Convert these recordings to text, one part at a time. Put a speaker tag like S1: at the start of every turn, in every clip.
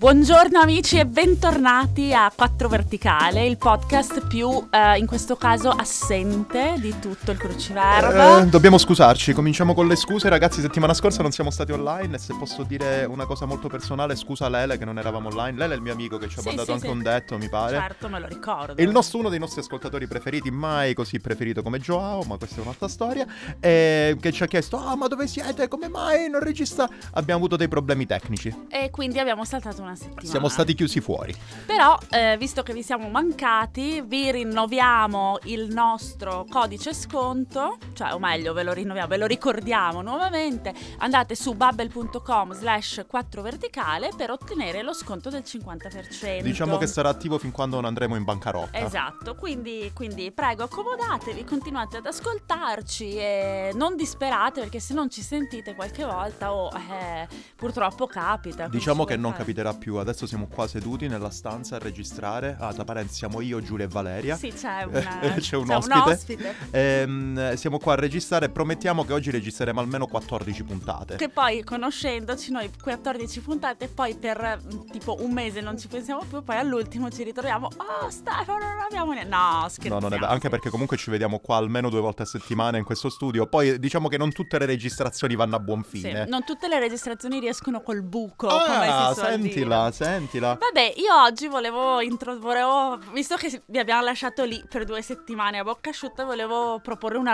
S1: Buongiorno amici e bentornati a 4 Verticale, il podcast più eh, in questo caso assente di tutto il
S2: Eh,
S1: cruciverba.
S2: dobbiamo scusarci, cominciamo con le scuse. Ragazzi, settimana scorsa non siamo stati online. E se posso dire una cosa molto personale, scusa Lele che non eravamo online. Lele è il mio amico che ci ha
S1: Sì,
S2: mandato
S1: sì,
S2: anche
S1: sì.
S2: un detto, mi pare.
S1: certo, me lo ricordo.
S2: È il nostro, uno dei nostri ascoltatori preferiti, mai così preferito come Joao, ma questa è un'altra storia, eh, che ci ha chiesto, ah ma dove siete? Come mai non regista? Abbiamo avuto dei problemi tecnici,
S1: E quindi abbiamo saltato una settimana.
S2: siamo stati chiusi fuori.
S1: Però, eh, visto che vi siamo mancati, vi rinnoviamo il nostro codice sconto, cioè, o meglio, ve lo rinnoviamo, ve lo ricordiamo nuovamente. Andate su bubble.com slash 4 verticale per ottenere lo sconto del 50%.
S2: Diciamo che sarà attivo fin quando non andremo in bancarotta.
S1: Esatto, quindi, quindi prego accomodatevi, continuate ad ascoltarci e non disperate perché se non ci sentite qualche volta o eh, purtroppo capita. cosa
S2: Diciamo
S1: ci
S2: che
S1: vuole
S2: non
S1: fare?
S2: capiterà più, adesso siamo qua seduti nella stanza a registrare, ah, tra parenti siamo io, Giulia e Valeria. Eh,
S1: Sì, c'è, una-
S2: C'è un ospite. Ehm, siamo qua a registrare, promettiamo che oggi registreremo almeno 14 puntate.
S1: Che poi conoscendoci noi 14 puntate poi per mm, tipo un mese non ci pensiamo più, poi all'ultimo ci ritroviamo. Oh Stefano, non abbiamo niente. No,
S2: No,
S1: scherziamo.
S2: non è vero, anche perché comunque ci vediamo qua almeno due volte a settimana in questo studio. Poi diciamo che non tutte le registrazioni vanno a buon
S1: Sì,
S2: fine.
S1: non tutte le registrazioni riescono col buco.
S2: ah,
S1: come si suol
S2: sentila,
S1: dire.
S2: sentila.
S1: Vabbè, io oggi volevo introdurre, visto che vi abbiamo lasciato lì per due settimane a bocca asciutta, volevo proporre un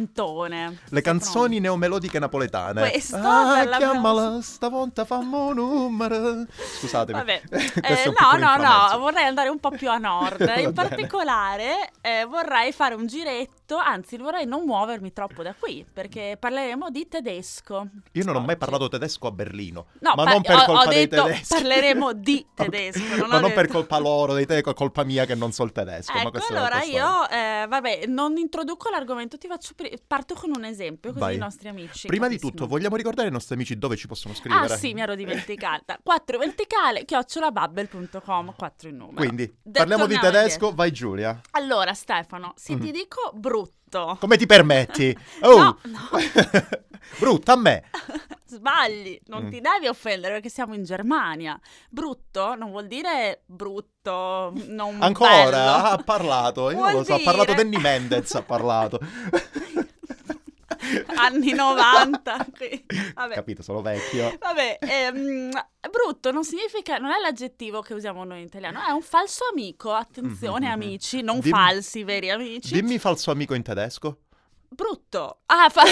S1: argomentone.
S2: Le canzoni neomelodiche napoletane.
S1: Questo
S2: ah,
S1: per la
S2: chiamala, stavolta fammo un numero. Scusatemi.
S1: Vabbè,
S2: Questo
S1: Eh,
S2: è un
S1: no,
S2: piccolo
S1: no, no,
S2: inframmezzo.
S1: vorrei andare un po' più a nord.
S2: Va bene.
S1: In particolare eh, vorrei fare un giretto, anzi vorrei non muovermi troppo da qui, perché parleremo di tedesco.
S2: Io non ho mai
S1: Oggi.
S2: parlato tedesco a Berlino.
S1: No,
S2: ma
S1: par-
S2: non per
S1: ho- ho
S2: colpa dei
S1: detto
S2: tedeschi.
S1: parleremo di
S2: Ok,
S1: tedesco, non ho
S2: ma non per
S1: detto-
S2: colpa loro, dei te, colpa mia che non so il tedesco. ma
S1: Ecco,
S2: questa è
S1: allora
S2: un'altra storia.
S1: io, eh, vabbè, non introduco l'argomento, ti faccio pri- parto con un esempio, così
S2: Vai.
S1: i nostri amici.
S2: Prima di
S1: capiscono.
S2: tutto, vogliamo ricordare ai nostri amici dove ci possono scrivere.
S1: Ah sì, mi ero dimenticata. 4 verticale, chiocciolabubble.com, 4 in numero.
S2: Quindi,
S1: De-
S2: parliamo di
S1: torniamo
S2: tedesco,
S1: indietro.
S2: vai Giulia.
S1: Allora Stefano, se ti
S2: Mm.
S1: dico brutto...
S2: Come ti permetti? Oh!
S1: No, no.
S2: Brutta a me.
S1: Sbagli, non
S2: Mm.
S1: ti devi offendere perché siamo in Germania. Brutto non vuol dire brutto, non
S2: Ancora
S1: Mm, bello.
S2: ha parlato. Io non
S1: Vuol
S2: lo so, ha parlato
S1: dire-
S2: Danny Mendez, ha parlato.
S1: Anni 90. qui. Vabbè.
S2: Capito, sono vecchio.
S1: Vabbè, ehm, brutto non significa, non è l'aggettivo che usiamo noi in italiano, è un falso amico, attenzione
S2: Mhm.
S1: amici, non
S2: Dim-
S1: falsi, veri amici.
S2: Dimmi falso amico in tedesco.
S1: Brutto. Ah, fa-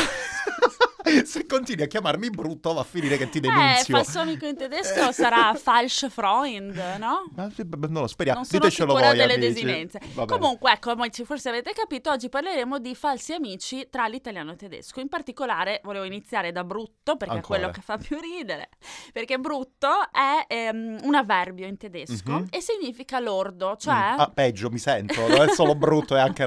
S2: Se continui a chiamarmi brutto va a finire che ti
S1: eh,
S2: denunzio.
S1: falso amico in tedesco sarà falsch Freund, no?
S2: Ma sì, beh, non lo speriamo,
S1: Non sono
S2: ditecelo
S1: sicura
S2: voi
S1: delle
S2: amici.
S1: desinenze.
S2: Va bene.
S1: Comunque, ecco, come ci- forse avete capito, oggi parleremo di falsi amici tra l'italiano e il tedesco. In particolare, volevo iniziare da brutto, perché
S2: Ancora.
S1: è quello che fa più ridere. Perché brutto è ehm, un avverbio in tedesco
S2: Mhm.
S1: e significa lordo,
S2: Mm,
S1: cioè...
S2: ah, peggio, mi sento, non è solo brutto, è anche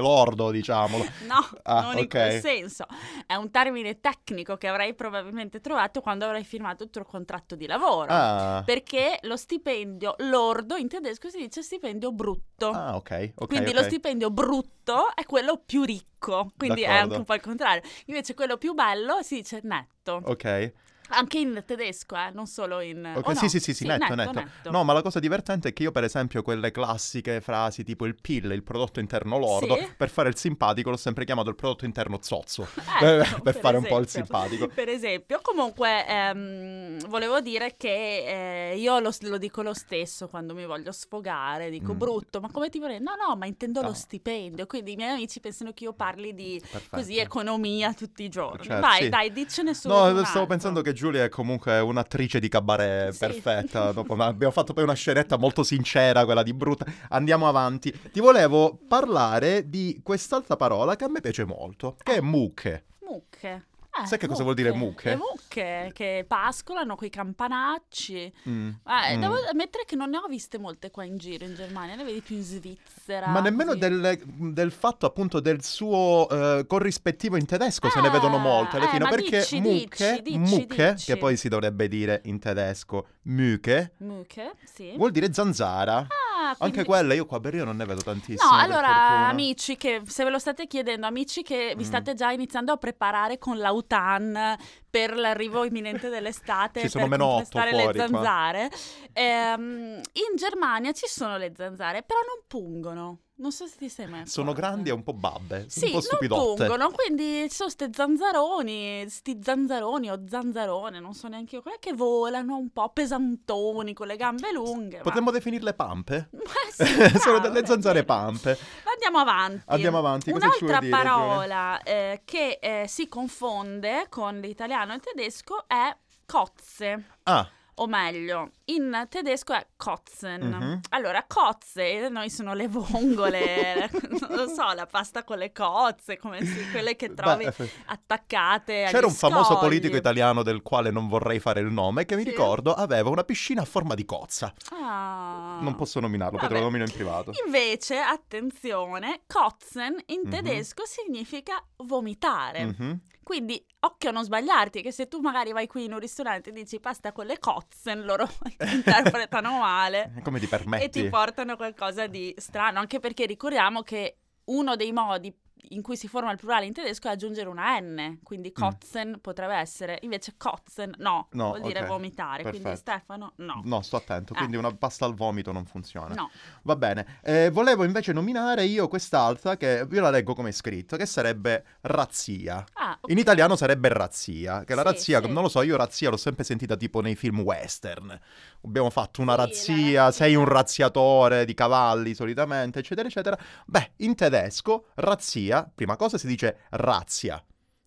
S2: lordo, diciamolo.
S1: No,
S2: Ah,
S1: non in
S2: ok.
S1: quel senso. È un termine tecnico che avrei probabilmente trovato quando avrei firmato il tuo contratto di lavoro.
S2: Ah,
S1: Perché lo stipendio lordo in tedesco si dice stipendio brutto.
S2: ah, ok, ok.
S1: Quindi
S2: ok.
S1: lo stipendio brutto è quello più ricco, quindi è
S2: D'accordo.
S1: anche un po' il contrario. Invece quello più bello si dice netto,
S2: Ok,
S1: anche in tedesco, eh, non solo in...
S2: Oh. ok,
S1: o no?
S2: sì, sì, sì, sì, netto, netto,
S1: Esatto.
S2: No, ma la cosa divertente è che io, per esempio, quelle classiche frasi tipo il PIL, il prodotto interno lordo,
S1: Sì.
S2: per fare il simpatico l'ho sempre chiamato il prodotto interno zozzo. Eh,
S1: Ecco,
S2: per fare un po' il
S1: esempio.
S2: simpatico.
S1: Per esempio, comunque ehm, volevo dire che eh, io lo, lo dico lo stesso quando mi voglio sfogare, dico
S2: Mm.
S1: brutto, ma come ti vorrei? No, no, ma intendo
S2: No.
S1: lo stipendio, quindi i miei amici pensano che io parli di
S2: Perfetto.
S1: così economia tutti i giorni.
S2: Certo,
S1: Vai,
S2: sì.
S1: dai, diccene solo
S2: No,
S1: un
S2: stavo
S1: altro.
S2: pensando che Giulia è comunque un'attrice di cabaret
S1: Sì.
S2: perfetta. dopo- ma abbiamo fatto poi una scenetta molto sincera, quella di brutta. Andiamo avanti. Ti volevo parlare di quest'altra parola che a me piace molto, che
S1: Ah.
S2: è mucche.
S1: Mucche. Eh,
S2: Sai che cosa vuol dire mucche?
S1: Le mucche che pascolano coi campanacci.
S2: Mm,
S1: Eh,
S2: mm.
S1: Devo ammettere che non ne ho viste molte qua in giro in Germania, ne vedi più in Svizzera.
S2: Ma nemmeno
S1: così.
S2: del, del fatto appunto del suo eh, corrispettivo in tedesco se ne
S1: Ah,
S2: vedono molte alla
S1: eh,
S2: fine,
S1: ma
S2: perché
S1: dici,
S2: mucche,
S1: dici, dici,
S2: mucche
S1: dici.
S2: che poi si dovrebbe dire in tedesco mucche,
S1: Mucche, sì.
S2: vuol dire zanzara.
S1: Ah, quindi-
S2: Anche quella, io qua a Berlino non ne vedo tantissime.
S1: No,
S2: per fortuna.
S1: allora amici che se ve lo state chiedendo, amici che vi
S2: Mm.
S1: state già iniziando a preparare con l'autan per l'arrivo imminente dell'estate,
S2: Ci sono
S1: per
S2: meno otto
S1: contrastare
S2: fuori
S1: le
S2: qua.
S1: zanzare. Ehm, in Germania ci sono le zanzare, però non pungono. Non so se ti sei mai
S2: Sono
S1: accorta.
S2: grandi e un po' babbe,
S1: Sì,
S2: un po'
S1: non
S2: stupidotte.
S1: pungono, quindi ci sono ste zanzaroni, sti zanzaroni o zanzarone, non so neanche io, quella che volano un po' pesantoni con le gambe lunghe. ma-
S2: Potremmo definirle pampe?
S1: Ma sì, bravo,
S2: Sono delle
S1: eh,
S2: zanzare
S1: bene.
S2: pampe.
S1: Ma Andiamo avanti.
S2: Andiamo avanti, cosa ci
S1: Un'altra
S2: vuoi dire,
S1: parola eh, che eh, si confonde con l'italiano e il tedesco è cozze.
S2: Ah,
S1: O meglio, in tedesco è kotzen.
S2: Mhm.
S1: Allora, cozze da noi sono le vongole, non lo so, la pasta con le cozze, come si- quelle che
S2: beh,
S1: trovi
S2: eh,
S1: attaccate agli
S2: C'era un famoso
S1: scogli.
S2: politico italiano del quale non vorrei fare il nome, che mi
S1: Sì.
S2: ricordo aveva una piscina a forma di cozza.
S1: Ah.
S2: Non posso nominarlo,
S1: Vabbè.
S2: perché lo nomino in privato.
S1: Invece, attenzione, kotzen in
S2: Mhm.
S1: tedesco significa vomitare.
S2: Mhm.
S1: Quindi occhio a non sbagliarti, che se tu magari vai qui in un ristorante e dici pasta con le cozze, loro interpretano male
S2: Come ti permetti?
S1: e ti portano qualcosa di strano, anche perché ricordiamo che uno dei modi in cui si forma il plurale in tedesco è aggiungere una N, quindi kotzen potrebbe essere, invece kotzen no,
S2: Mm. No,
S1: vuol dire
S2: ok,
S1: vomitare, quindi
S2: perfetto.
S1: Stefano no. Ah.
S2: No, sto attento, quindi una pasta al vomito non funziona.
S1: No.
S2: Va bene, Eh, volevo invece nominare io quest'altra che io la leggo come è scritto, che sarebbe razzia.
S1: Ah, ok.
S2: In italiano sarebbe razzia, che la
S1: Sì,
S2: razzia,
S1: sì.
S2: non lo so, io razzia l'ho sempre sentita tipo nei film western. Abbiamo fatto una
S1: Sì, la
S2: razzia,
S1: razzia.
S2: sei un razziatore di cavalli solitamente, eccetera, eccetera. Beh, in tedesco razzia, prima cosa si dice razzia,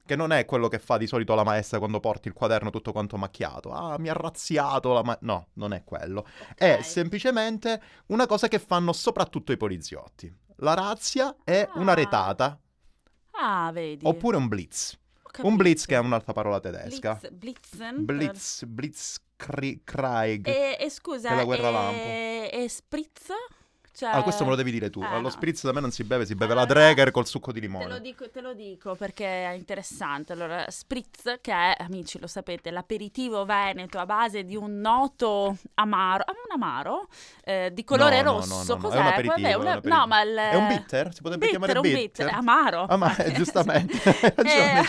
S2: che non è quello che fa di solito la maestra quando porti il quaderno tutto quanto macchiato. Ah, mi ha razziato la ma... No, non è quello. È
S1: Ok.
S2: semplicemente una cosa che fanno soprattutto i poliziotti. La razzia è una
S1: Ah,
S2: retata
S1: Ah, vedi.
S2: oppure un blitz.
S1: Ho
S2: Un blitz
S1: capito.
S2: che è un'altra parola tedesca.
S1: Blitz, blitzen. per-
S2: Blitz, Blitzkrieg.
S1: E, e scusa,
S2: Che è la guerra
S1: e,
S2: lampo.
S1: e spritz? Cioè...
S2: Ah, questo me lo devi dire tu.
S1: Ah,
S2: Allo
S1: no.
S2: spritz da me non si beve, si beve
S1: Allora,
S2: la Dreger col succo di
S1: Te lo,
S2: limone.
S1: dico, te lo dico perché è interessante. Allora, spritz, che è, amici, lo sapete, l'aperitivo veneto a base di un noto amaro, ah, un amaro Eh, di colore
S2: No, no, no,
S1: rosso.
S2: no, no, è
S1: Cos'è?
S2: un aperitivo,
S1: Vabbè,
S2: è un aperitivo.
S1: No, ma il...
S2: È un bitter? Si potrebbe
S1: bitter,
S2: chiamare
S1: un bitter, amaro.
S2: Ah, ma
S1: Eh,
S2: giustamente.
S1: sì.
S2: Hai ragione.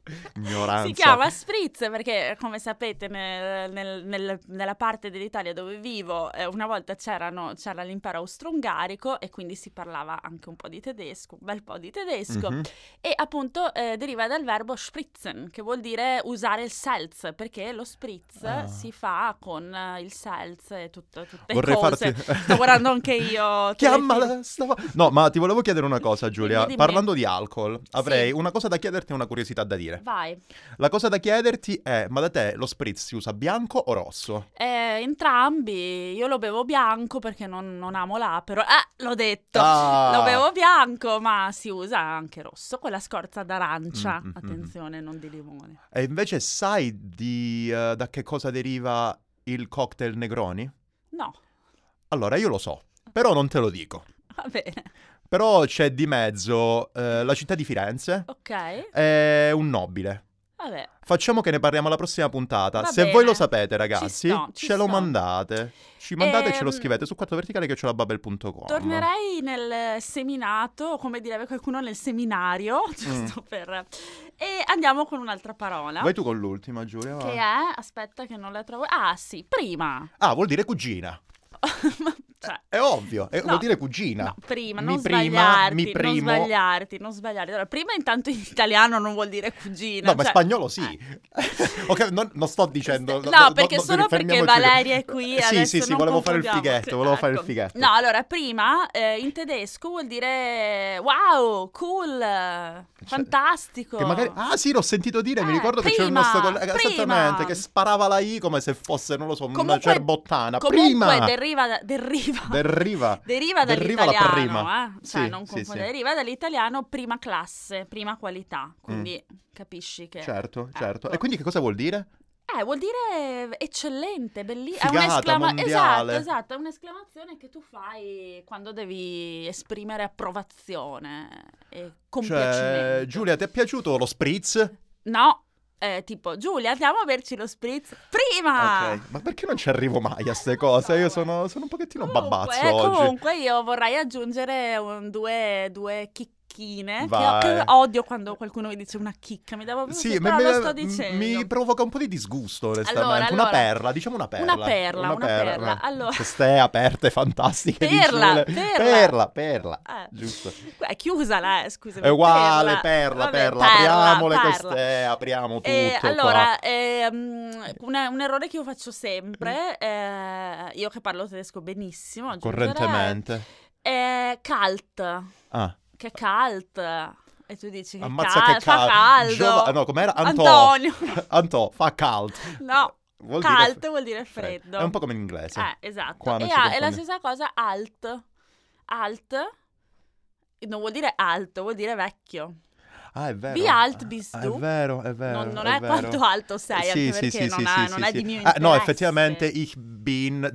S1: Eh,
S2: Ignoranza.
S1: Si chiama spritz perché, come sapete, nel- nel- nel- nella parte dell'Italia dove vivo, eh, una volta c'erano- c'era l'impero austro-ungarico e quindi si parlava anche un po' di tedesco, un bel po' di tedesco.
S2: Mhm.
S1: E appunto eh, deriva dal verbo spritzen, che vuol dire usare il seltz, perché lo spritz
S2: Ah.
S1: si fa con eh, il seltz e tutto, tutte
S2: Vorrei
S1: le cose.
S2: farti.
S1: Sto guardando anche io.
S2: Chiamala. stavo- No, ma ti volevo chiedere una cosa, Giulia.
S1: Dimmi, dimmi.
S2: Parlando di alcol, avrei una cosa da chiederti e una curiosità da dire.
S1: Vai.
S2: La cosa da chiederti è: ma da te lo spritz si usa bianco o rosso?
S1: Eh, entrambi, io lo bevo bianco perché non, non amo l'apero. Eh, l'ho detto.
S2: Ah.
S1: Lo bevo bianco, ma si usa anche rosso con la scorza d'arancia.
S2: Mm, mm, mm,
S1: Attenzione, non di limone.
S2: E invece sai di, eh, da che cosa deriva il cocktail Negroni?
S1: No,
S2: Allora, io lo so, però non te lo dico.
S1: va bene.
S2: Però c'è di mezzo eh, la città di Firenze
S1: Ok,
S2: e un nobile.
S1: vabbè.
S2: Facciamo che ne parliamo alla prossima puntata.
S1: Va
S2: Se
S1: bene.
S2: voi lo sapete, ragazzi,
S1: Ci sto, ci
S2: ce lo
S1: sto.
S2: mandate. Ci mandate e ce lo
S1: Ehm,
S2: scrivete su 4 verticale che c'è la babel.com.
S1: Tornerei nel seminato, come direbbe qualcuno nel seminario, giusto per... E andiamo con un'altra parola,
S2: Mm. Vai tu con l'ultima, Giulia. vai.
S1: che è... Aspetta che non la trovo... Ah sì, prima.
S2: Ah, vuol dire cugina.
S1: Cioè,
S2: È ovvio, è-
S1: No.
S2: vuol dire cugina.
S1: No, prima,
S2: Mi
S1: non
S2: prima,
S1: sbagliarti,
S2: mi
S1: non
S2: primo.
S1: sbagliarti, non sbagliarti. Allora, prima intanto in italiano non vuol dire cugina.
S2: No, ma
S1: cioè- eh.
S2: spagnolo sì. ok, non, non sto dicendo.
S1: No, perché solo perché
S2: fermiamoci-
S1: Valeria è qui.
S2: Eh, Sì,
S1: adesso
S2: sì, sì,
S1: non
S2: volevo fare il
S1: confondiamoci.
S2: fighetto. Volevo fare il
S1: Ecco.
S2: fighetto.
S1: No, allora, prima eh, in tedesco vuol dire wow, cool, fantastico.
S2: Cioè, Che magari... Ah, sì, l'ho sentito dire. mi
S1: ecco. Eh,
S2: ricordo che c'era un
S1: prima,
S2: nostro collega.
S1: prima.
S2: Esattamente, che sparava la I come se fosse, non lo so, una
S1: Comunque-
S2: cerbottana.
S1: Comunque
S2: Prima
S1: deriva, da- deriva,
S2: deriva.
S1: deriva
S2: deriva la
S1: dall'italiano,
S2: prima.
S1: eh? cioè
S2: Sì,
S1: non
S2: sì,
S1: confondere,
S2: sì.
S1: deriva dall'italiano prima classe, prima qualità,
S2: Mm.
S1: quindi capisci che...
S2: Certo, certo.
S1: Ecco.
S2: E quindi che cosa vuol dire?
S1: Eh, vuol dire eccellente, bellissimo. È
S2: Figata,
S1: un'esclamazione. Esatto,
S2: mondiale.
S1: esatto, è un'esclamazione che tu fai quando devi esprimere approvazione e
S2: Cioè,
S1: compiacimento.
S2: Giulia, ti è piaciuto lo spritz?
S1: No, eh, tipo Giulia andiamo a berci lo spritz prima!
S2: Ok, ma perché non ci arrivo mai a queste cose? Io sono, sono un pochettino babbazzo
S1: eh,
S2: oggi.
S1: comunque io vorrei aggiungere un- due, due chicchine che,
S2: Vai.
S1: che odio quando qualcuno mi dice una chicca, mi dava
S2: Sì,
S1: però
S2: ma mi,
S1: lo sto dicendo.
S2: mi provoca un po' di disgusto, onestamente.
S1: Allora,
S2: Una
S1: allora.
S2: perla, diciamo una perla.
S1: Una perla, una perla. Allora.
S2: Queste aperte, fantastiche. di
S1: Perla,
S2: Giulia.
S1: perla.
S2: perla, perla.
S1: Eh.
S2: Giusto.
S1: È chiusa la, eh, scusami.
S2: È uguale,
S1: perla,
S2: perla,
S1: Vabbè,
S2: perla.
S1: perla,
S2: Apriamole
S1: perla.
S2: queste, apriamo tutto
S1: Eh,
S2: qua.
S1: allora, ehm, una- un errore che io faccio sempre, eh, io che parlo tedesco benissimo, aggiungerei,
S2: Correntemente.
S1: è cult,
S2: Ah,
S1: che cult, e tu dici che
S2: ammazza
S1: cal-
S2: che
S1: fa
S2: cal-
S1: caldo,
S2: Giova- no, com'era? Antò.
S1: Antonio,
S2: Antò, fa cult.
S1: no,
S2: Vuol dire
S1: cult
S2: fre-
S1: vuol dire
S2: freddo.
S1: freddo,
S2: È un po' come in inglese.
S1: eh, esatto,
S2: Qua non
S1: e
S2: ci
S1: ha- è la
S2: confondiamo.
S1: stessa cosa alt, alt, non vuol dire alto, vuol dire vecchio,
S2: Ah, è vero.
S1: Wie alt
S2: Ah,
S1: bist
S2: È
S1: du?
S2: vero, è vero.
S1: non, non è,
S2: vero.
S1: quanto alto sei,
S2: Sì,
S1: anche
S2: sì,
S1: perché
S2: sì,
S1: non,
S2: sì,
S1: ha-
S2: sì,
S1: non
S2: sì,
S1: è
S2: sì.
S1: di mio
S2: Ah,
S1: interesse.
S2: no, effettivamente, ich bin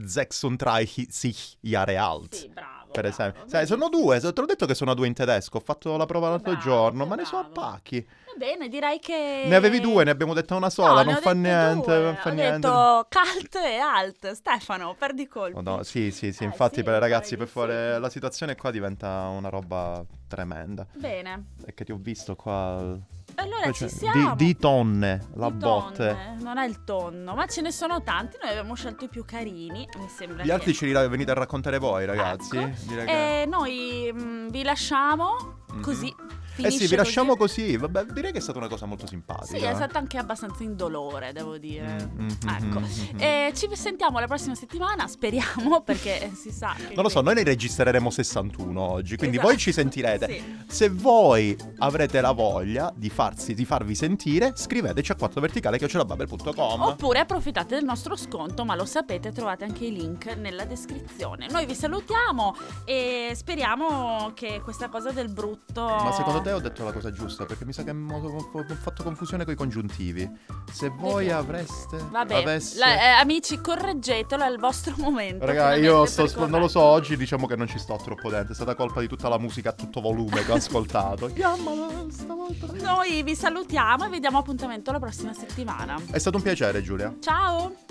S2: 36 Jahre alt.
S1: Sì, bravo.
S2: Per
S1: bravo,
S2: esempio,
S1: bene.
S2: Sai, sono due, so- te l'ho detto che sono due in tedesco, ho fatto la prova l'altro
S1: Bravo,
S2: giorno, ma ne
S1: bravo.
S2: sono a pacchi.
S1: Va bene, direi che...
S2: Ne avevi due, ne abbiamo detta una sola,
S1: No, ne
S2: non
S1: ho
S2: fa
S1: dette
S2: niente,
S1: due.
S2: non fa
S1: ho
S2: niente.
S1: detto cult e alt. Stefano, perdi colpi.
S2: Oh, no, sì, sì, sì,
S1: Eh,
S2: infatti
S1: sì,
S2: per i ragazzi,
S1: direi
S2: per
S1: di
S2: favore,
S1: sì.
S2: la situazione qua diventa una roba tremenda.
S1: Bene.
S2: È che ti ho visto qua...
S1: Allora
S2: poi
S1: ci
S2: c'è-
S1: siamo.
S2: di, di tonne,
S1: Di
S2: la botte.
S1: tonne, Non è il tonno, ma ce ne sono tanti. Noi abbiamo scelto i più carini, mi sembra.
S2: Gli altri
S1: che-
S2: ce li venite a raccontare voi, ragazzi.
S1: Ecco.
S2: Direi che-
S1: E noi mm, vi lasciamo
S2: Mhm.
S1: così.
S2: Eh sì,
S1: Finisce
S2: vi lasciamo
S1: così.
S2: così. Vabbè, direi che è stata una cosa molto simpatica.
S1: Sì, è stato anche abbastanza indolore, devo dire.
S2: Mm, mm,
S1: Ecco.
S2: mm, mm, mm.
S1: E ci sentiamo la prossima settimana, speriamo, perché eh, si sa. che
S2: Non lo so,
S1: invece-
S2: noi ne registreremo 61 oggi, quindi
S1: Esatto.
S2: voi ci sentirete.
S1: Sì.
S2: Se voi avrete la voglia di, farsi, di farvi sentire, scriveteci a 4 verticale
S1: Oppure approfittate del nostro sconto, ma lo sapete, trovate anche i link nella descrizione. Noi vi salutiamo e speriamo che questa cosa del brutto
S2: Ma secondo te ho detto la cosa giusta? Perché mi sa che mo- ho fatto confusione con i congiuntivi. Se voi
S1: Vediamo.
S2: avreste...
S1: Vabbè,
S2: avesse-
S1: la- eh, amici, correggetelo, è il vostro momento.
S2: Raga,
S1: finalmente,
S2: io
S1: per
S2: sto,
S1: correggere.
S2: non lo so, oggi diciamo che non ci sto troppo dentro, è stata colpa di tutta la musica a tutto volume che ho ascoltato. Chiamala stavolta.
S1: Noi vi salutiamo e vi diamo appuntamento la prossima settimana.
S2: È stato un piacere, Giulia.
S1: Ciao!